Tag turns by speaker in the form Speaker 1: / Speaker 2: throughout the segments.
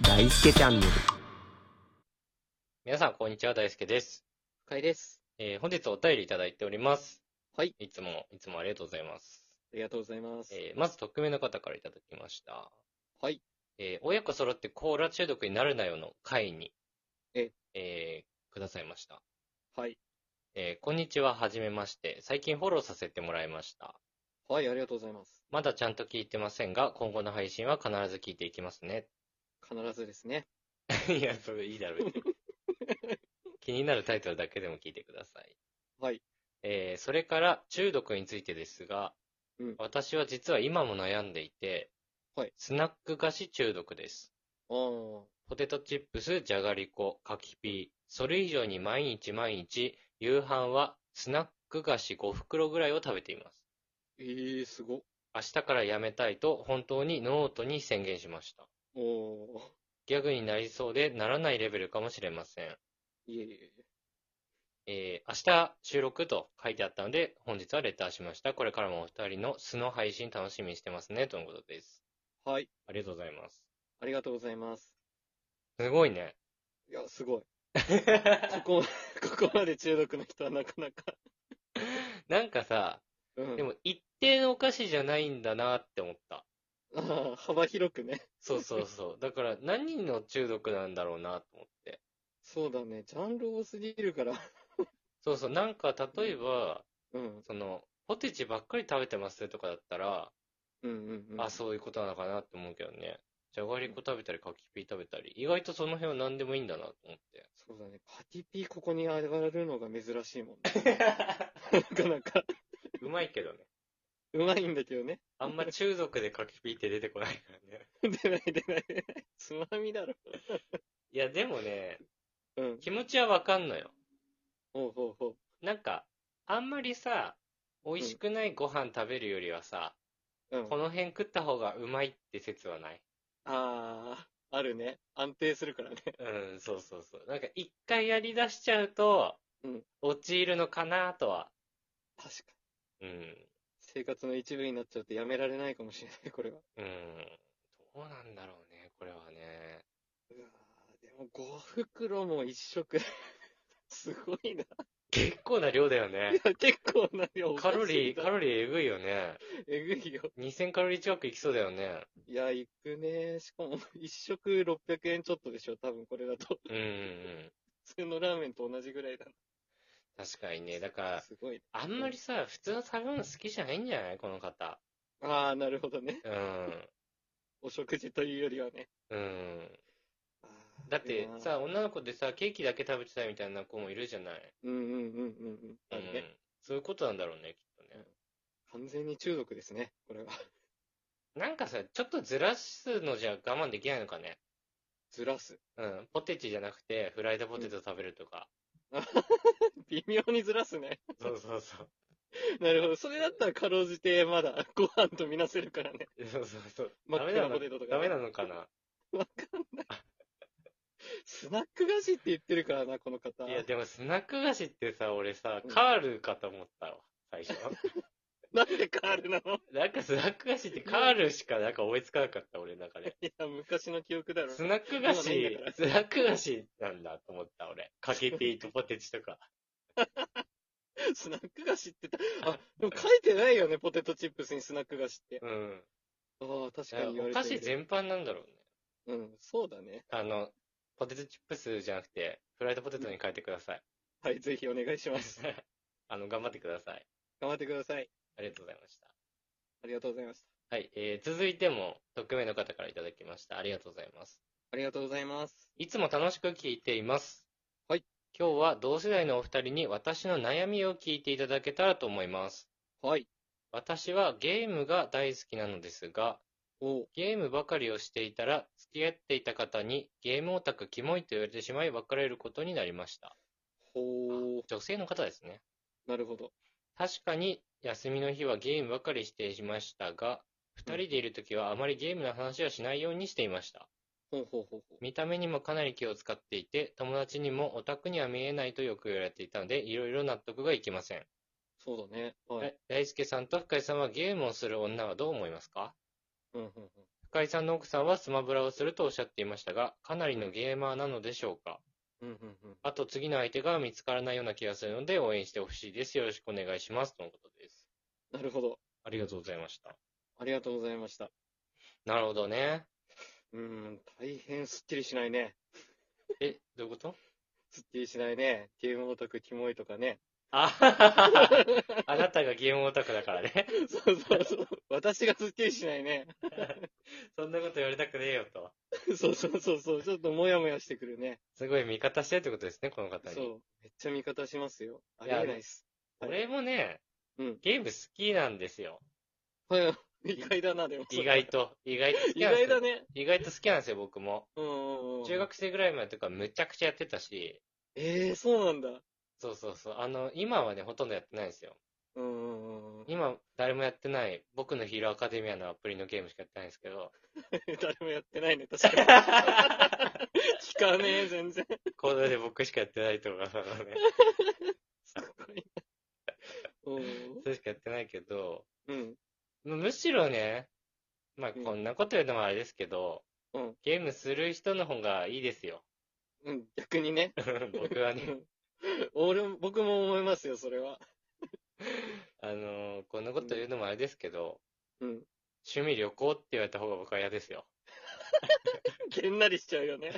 Speaker 1: 大輔チャンネル。
Speaker 2: 皆さん、こんにちは。大輔です。
Speaker 3: 深井です。
Speaker 2: えー本日お便りいただいております。
Speaker 3: はい。
Speaker 2: いつも、いつもありがとうございます。
Speaker 3: ありがとうございます。
Speaker 2: えーまず、匿名の方からいただきました。
Speaker 3: はい。
Speaker 2: えー親子揃ってコーラ中毒になるなよの会に、
Speaker 3: え
Speaker 2: えーくださいました。
Speaker 3: はい。
Speaker 2: えーこんにちは。はじめまして。最近フォローさせてもらいました。
Speaker 3: はい、ありがとうございます。
Speaker 2: まだちゃんと聞いてませんが、今後の配信は必ず聞いていきますね。
Speaker 3: 必ずですね。
Speaker 2: いや、それいいだろ、 別に気になるタイトルだけでも聞いてください。
Speaker 3: はい。
Speaker 2: えーそれから中毒についてですが、
Speaker 3: うん
Speaker 2: 私は実は今も悩んでいて、
Speaker 3: はい
Speaker 2: スナック菓子中毒です。
Speaker 3: ああ、
Speaker 2: ポテトチップス、じゃがりこ、かきピー。それ以上に毎日毎日、夕飯はスナック菓子5袋ぐらいを食べています。
Speaker 3: ええすご。
Speaker 2: 明日からやめたいと本当にノートに宣言しました。
Speaker 3: おお
Speaker 2: ギャグになりそうでならないレベルかもしれません。
Speaker 3: ー。 いえいえいえ。
Speaker 2: えー明日収録と書いてあったので、本日はレターしました。これからもお二人の素の配信楽しみにしてますね、とのことです。
Speaker 3: はい、
Speaker 2: ありがとうございます。
Speaker 3: ありがとうございます。
Speaker 2: すごいね。
Speaker 3: いや、すごい。ここ、ここま で中毒の人はなかなか。
Speaker 2: なんかさ、
Speaker 3: うん。
Speaker 2: でも一定のお菓子じゃないんだなって思った。
Speaker 3: ああ、幅広くね。
Speaker 2: そうそう そう。だから何の中毒なんだろうなと思って。
Speaker 3: そうだね。ジャンル多すぎるから。
Speaker 2: そうそう。なんか例えば、
Speaker 3: うん。
Speaker 2: その、ポテチばっかり食べてますとかだったら、
Speaker 3: うんうんうん。
Speaker 2: あ、そういうことなのかなって思うけどね。じゃがりこ食べたり、かきピー食べたり、意外とその辺は何でもいいんだなと思って。
Speaker 3: そうだね。カティピーここに上がるのが珍しいもんね。 なかなか。
Speaker 2: うまいけどね。
Speaker 3: うまいんだけどね。
Speaker 2: あんま中毒でカキピーって出てこないからね。
Speaker 3: 出ない出ない出ない。つまみだろ。
Speaker 2: いや、でもね、
Speaker 3: うん。
Speaker 2: 気持ちはわかんのよ。
Speaker 3: ほうほうほう。
Speaker 2: なんか、あんまりさ、美味しくないご飯食べるよりはさ、
Speaker 3: うん。
Speaker 2: この辺食った方がうまいって説はない。
Speaker 3: ああ、あるね。安定するからね。
Speaker 2: うん、そうそうそう。なんか一回やり出しちゃうと、
Speaker 3: うん
Speaker 2: 陥るのかなとは。
Speaker 3: 確かに。
Speaker 2: うん。
Speaker 3: 生活の一部になっちゃうとやめられないかもしれない、これは。
Speaker 2: うん。どうなんだろうね、これはね。
Speaker 3: うわーでも5袋も1食。 すごいな。い
Speaker 2: 結構な量だよ ね。
Speaker 3: や、 結構な量。
Speaker 2: カロリー、カ
Speaker 3: ロ
Speaker 2: ロリーえぐいよね。
Speaker 3: リー。えぐいよ。
Speaker 2: 2000カロリー近くいきそうだよね。
Speaker 3: いや、いくね。しかも、1食600円ちょっとでしょ、多分これだと。
Speaker 2: うんうんうん。
Speaker 3: 普通のラーメンと同じぐらいだ
Speaker 2: 確かにね。だか
Speaker 3: な。
Speaker 2: ら、
Speaker 3: すごい。
Speaker 2: あんまりさ、普通の食べ物好きじゃないんじゃないこの方。
Speaker 3: ああ、なるほどね。
Speaker 2: うん。
Speaker 3: お食事というよりはね。
Speaker 2: うん。
Speaker 3: あー
Speaker 2: だって、
Speaker 3: いやー
Speaker 2: さ、女の子でさ、ケーキだけ食べてたいみたいな子もいるじゃない
Speaker 3: うんうんうんうんうん。
Speaker 2: う
Speaker 3: あ
Speaker 2: ん
Speaker 3: るね。。
Speaker 2: そういうことなんだろうね、きっとね。
Speaker 3: 完全に中毒ですね、これは。
Speaker 2: なんかさ、ちょっとずらすのじゃ我慢できないのかね。
Speaker 3: ずらす。
Speaker 2: うん。ポテチじゃなくて、フライドポテト食べるとか。
Speaker 3: 微妙にずらすね。
Speaker 2: そうそうそう。
Speaker 3: なるほど。それだったらかろうじて、まだご飯とみなせるからね。
Speaker 2: そうそうそう。
Speaker 3: 真っ
Speaker 2: ダメな
Speaker 3: 黒
Speaker 2: の
Speaker 3: ポテトとか
Speaker 2: ダメなのかな
Speaker 3: スナック菓子って言ってるからな、この方。
Speaker 2: いや、でもスナック菓子ってさ、俺さ
Speaker 3: う、ん
Speaker 2: カールかと思ったわ。最初。
Speaker 3: なんでカールなの
Speaker 2: なんかスナック菓子ってカールしかなんか思いつかなかった、俺の中で。
Speaker 3: いや、昔の記憶だろ。
Speaker 2: スナック菓子
Speaker 3: 今ないんだか、ら
Speaker 2: スナック菓子なんだと思った、俺。かけピーとポテチとか。
Speaker 3: スナック菓子って言った。あ、でも書いてないよね、ポテトチップスにスナック菓子って。
Speaker 2: うん。
Speaker 3: ああ、確かに言わ
Speaker 2: お
Speaker 3: れて
Speaker 2: 菓
Speaker 3: み
Speaker 2: 子
Speaker 3: れば
Speaker 2: 全般なんだろうね。
Speaker 3: うん、そうだね。
Speaker 2: あの、ポテトチップスじゃなくて、フライドポテトに変えてください。
Speaker 3: はい、ぜひお願いします。
Speaker 2: あの、頑張ってください。
Speaker 3: 頑張ってください。
Speaker 2: ありがとうございました。
Speaker 3: ありがとうございました。
Speaker 2: はい、えー、続いても、匿名の方からいただきました。ありがとうございます。
Speaker 3: ありがとうございます。
Speaker 2: いつも楽しく聞いています。
Speaker 3: はい。
Speaker 2: 今日は同世代のお二人に私の悩みを聞いていただけたらと思います。
Speaker 3: はい。
Speaker 2: 私はゲームが大好きなのですが、
Speaker 3: おう
Speaker 2: ゲームばかりをしていたら、付き合っていた方にゲームオタクキモいと言われてしまい別れることになりました。
Speaker 3: ほう。
Speaker 2: 女性の方ですね。
Speaker 3: なるほど。
Speaker 2: 確かに休みの日はゲームばかりしていましたが、二人でいるときはあまりゲームの話はしないようにしていました。
Speaker 3: ほうほうほうほう。
Speaker 2: 見た目にもかなり気を使っていて、友達にもオタクには見えないとよく言われていたので、いろいろ納得がいきません。
Speaker 3: そうだね。はい。
Speaker 2: だ大輔さんと深井さんはゲームをする女はどう思いますか
Speaker 3: うんうんうん。
Speaker 2: 深井さんの奥さんはスマブラをするとおっしゃっていましたが、かなりのゲーマーなのでしょうか
Speaker 3: うんうんうん。
Speaker 2: あと次の相手が見つからないような気がするので応援してほしいです。よろしくお願いします。とのことです。
Speaker 3: なるほど。
Speaker 2: ありがとうございました。
Speaker 3: ありがとうございました。
Speaker 2: なるほどね。
Speaker 3: うーん、大変スッキリしないね。
Speaker 2: え、どういうこと
Speaker 3: スッキリしないね。ゲームオタクキモいとかね。
Speaker 2: あははははあなたがゲームオタクだからね。
Speaker 3: そうそうそう。私がスッキリしないね。
Speaker 2: そんなこと言われたくねえよと。
Speaker 3: そうそうそうそう。ちょっともやもやしてくるね。
Speaker 2: すごい味方してるってことですね、この方に。
Speaker 3: そう。めっちゃ味方しますよ。あ
Speaker 2: い
Speaker 3: り
Speaker 2: や
Speaker 3: えないっす。
Speaker 2: 俺もね、
Speaker 3: うん
Speaker 2: ゲーム好きなんですよ。
Speaker 3: はい。意外だな、でも。
Speaker 2: 意外。と。意外と好き
Speaker 3: 意
Speaker 2: なんですよ。
Speaker 3: 外だね。
Speaker 2: 意外と好きなんですよ、僕も。
Speaker 3: うんうんうん。
Speaker 2: 中学生ぐらいまでとかむちゃくちゃやってたし、
Speaker 3: ええー、そうなんだ。
Speaker 2: そうそうそう。あの、今はね、ほとんどやってないんですよ。
Speaker 3: うんうんうん。
Speaker 2: 今、誰もやってない、僕のヒーローアカデミアのアプリのゲームしかやってないんですけ ど、
Speaker 3: 誰もやってないね、確かに。聞かねえ、全然。
Speaker 2: コードで僕しかやってないとか、そのね、
Speaker 3: すごいな。
Speaker 2: それしかやってないけど、
Speaker 3: うん。
Speaker 2: むむしろね、まあ、
Speaker 3: うん
Speaker 2: こんなこと言うのもあれですけど、
Speaker 3: うん
Speaker 2: ゲームする人の方がいいですよ。
Speaker 3: うん。逆にね。
Speaker 2: 僕はね、
Speaker 3: 俺も、僕も思いますよ、それは。
Speaker 2: あのーこんなこと言うのもあれですけど、
Speaker 3: うん。
Speaker 2: 趣味旅行って言われた方が僕は嫌です よ。
Speaker 3: げんなりしちゃうよね。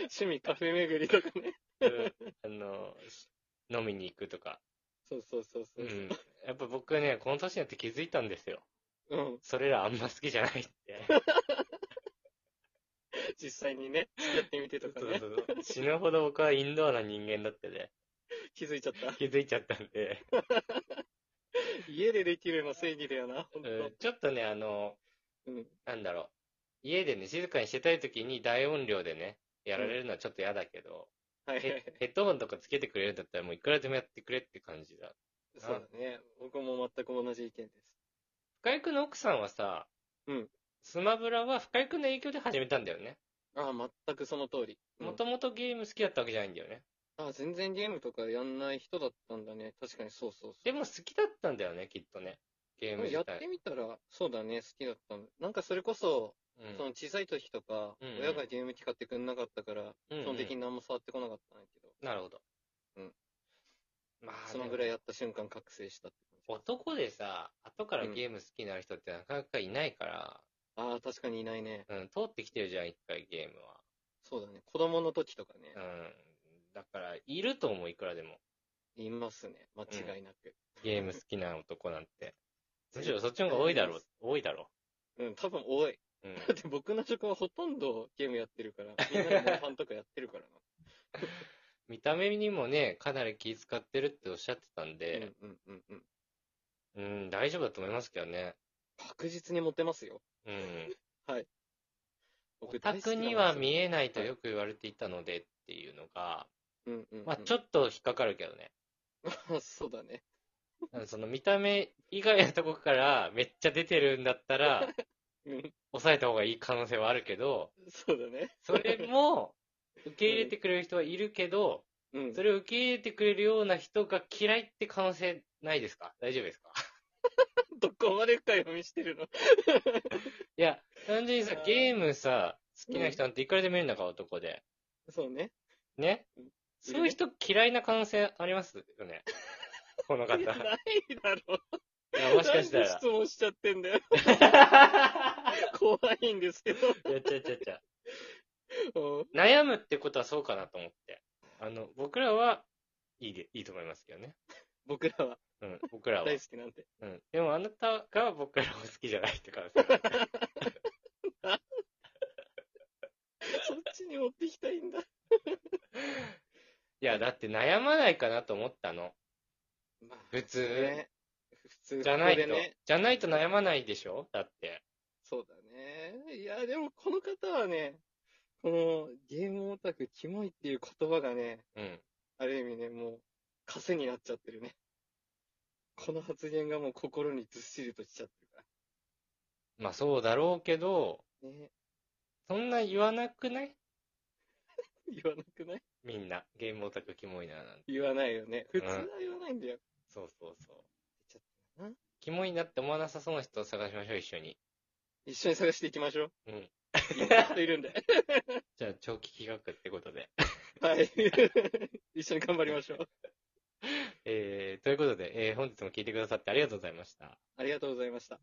Speaker 3: 趣味カフェ巡りとかね。
Speaker 2: うんあのー飲みに行くとか。
Speaker 3: そうそうそうそうう。
Speaker 2: ん。やっぱ僕はね、この年になって気づいたんですよ。
Speaker 3: うん。
Speaker 2: それらあんま好きじゃないって。
Speaker 3: 実際にね、付き合ってみてとか
Speaker 2: そう
Speaker 3: ね
Speaker 2: そ。うそう死ぬほど僕はインドアな人間だってね、
Speaker 3: 気づいちゃった。
Speaker 2: 気づいちゃったんで、
Speaker 3: 家でできるの正義だよな、ほんと。
Speaker 2: うん、ちょっとね、あの、
Speaker 3: うん。
Speaker 2: なんだろう、家でね、静かにしてたい時に大音量でね、やられるのはちょっと嫌だけど、
Speaker 3: はいはいは
Speaker 2: ヘ
Speaker 3: い。
Speaker 2: ヘッドホンとかつけてくれるんだったらもういくらでもやってくれって感じだ。
Speaker 3: そうだね。僕も全く同じ意見です。
Speaker 2: 深井くんの奥さんはさ、
Speaker 3: うん
Speaker 2: スマブラは深井くんの影響で始めたんだよね。
Speaker 3: ああ、全くその通り。うん
Speaker 2: もともとゲーム好きだったわけじゃないんだよね。
Speaker 3: ああ、全然ゲームとかやんない人だったんだね。確かにそうそうそう。
Speaker 2: でも好きだったんだよね、きっとね。ゲーム自
Speaker 3: やっ
Speaker 2: 体。
Speaker 3: てみたら、そうだね、好きだったんだ。なんかそれこそ、
Speaker 2: うん
Speaker 3: その小さい時とか、
Speaker 2: うんうん
Speaker 3: 親がゲーム機買ってくんなかったから、
Speaker 2: うんうん
Speaker 3: 基本的に何も触ってこなかったんだけど、
Speaker 2: なるほど。
Speaker 3: うん。
Speaker 2: まあ、
Speaker 3: そのぐらいやった瞬間覚醒したって感じ。
Speaker 2: 男でさ、後からゲーム好きになる人ってなかなかいないから、
Speaker 3: ああ、確かにいないね。
Speaker 2: うん、通ってきてるじゃん、一回ゲーム
Speaker 3: そうだね。子供の時とかね、
Speaker 2: は。うん。だから、いると思う、いくらでも。
Speaker 3: いますね。間違いなく。
Speaker 2: ゲーム好きな男なん て。むしろそっちの方が多いだろう、多いだろ
Speaker 3: うん、多分多い。
Speaker 2: う。うん。
Speaker 3: だって僕の職はほとんどゲームやってるから、みんなでモンハンとかやって るからな。
Speaker 2: 見た目にもね、かなり気使ってるっておっしゃってたんで、
Speaker 3: うんうんうんうん。
Speaker 2: うん、大丈夫だと思いますけどね。
Speaker 3: 確実にモテますよ。
Speaker 2: うん。
Speaker 3: 僕
Speaker 2: オタクには見えないとよく言われていたのでっていうのが、
Speaker 3: うんうんうん、
Speaker 2: まあちょっと引っかかるけどね。
Speaker 3: そうだね。
Speaker 2: うんその見た目以外のとこからめっちゃ出てるんだったら、
Speaker 3: うん、
Speaker 2: 抑えた方がいい可能性はあるけど、
Speaker 3: そうだね。
Speaker 2: それも、受け入れてくれる人はいるけど、
Speaker 3: うん
Speaker 2: そ。れを受け入れてくれるような人が嫌いって可能性ないですか大丈夫ですか
Speaker 3: どこまで深読みしてるの
Speaker 2: い や、単純にさ
Speaker 3: あ、ー
Speaker 2: ゲームさ、好きな人なんていくらでもいるんだから、男で。
Speaker 3: そうね。
Speaker 2: ね
Speaker 3: うん
Speaker 2: そういう人嫌いな可能性ありますよね。 この方。
Speaker 3: い
Speaker 2: い
Speaker 3: や ないだろ
Speaker 2: や、もしかした
Speaker 3: なんで
Speaker 2: ら
Speaker 3: 質。問しちゃってんだよ。 怖いんですけど。
Speaker 2: いや、ちゃちゃちゃ。
Speaker 3: うん
Speaker 2: 悩むってことはそうかなと思って。あの、僕らは、いいで、いいと思いますけどね。
Speaker 3: 僕らは
Speaker 2: うん、僕らは。
Speaker 3: 大好きなんで。
Speaker 2: うん。でもあなたが僕らを好きじゃないって感じ。
Speaker 3: そっちに持ってきたいんだ。
Speaker 2: いや、だって悩まないかなと思ったの。
Speaker 3: まあ
Speaker 2: 普通。
Speaker 3: ね。普通。
Speaker 2: じゃない
Speaker 3: こ
Speaker 2: と、
Speaker 3: こでね。
Speaker 2: じゃないと悩まないでしょだって。
Speaker 3: そうだね。いや、でもこの方はね、このゲームオタクキモいっていう言葉がね、
Speaker 2: うん。
Speaker 3: ある意味ね、もう、枷になっちゃってるね。この発言がもう心にずっしりとしちゃってるか
Speaker 2: まあそうだろうけど、
Speaker 3: ら。ね
Speaker 2: そんな言わなくない
Speaker 3: 言わなくない
Speaker 2: みんな。ゲームオタクキモいな、なんて。
Speaker 3: 言わないよね。普通は言わないんだよ。
Speaker 2: そうそうそう
Speaker 3: ちょっとな。
Speaker 2: キモいなって思わなさそうな人を探しましょう、一緒に。
Speaker 3: 一緒に探していきましょう。
Speaker 2: うん。
Speaker 3: いろんな人いるんで。
Speaker 2: じゃあ、長期企画ってことで。
Speaker 3: はい。 一緒に頑張りましょう。
Speaker 2: えー、ということで、えー、本日も聞いてくださってありがとうございました。
Speaker 3: ありがとうございました。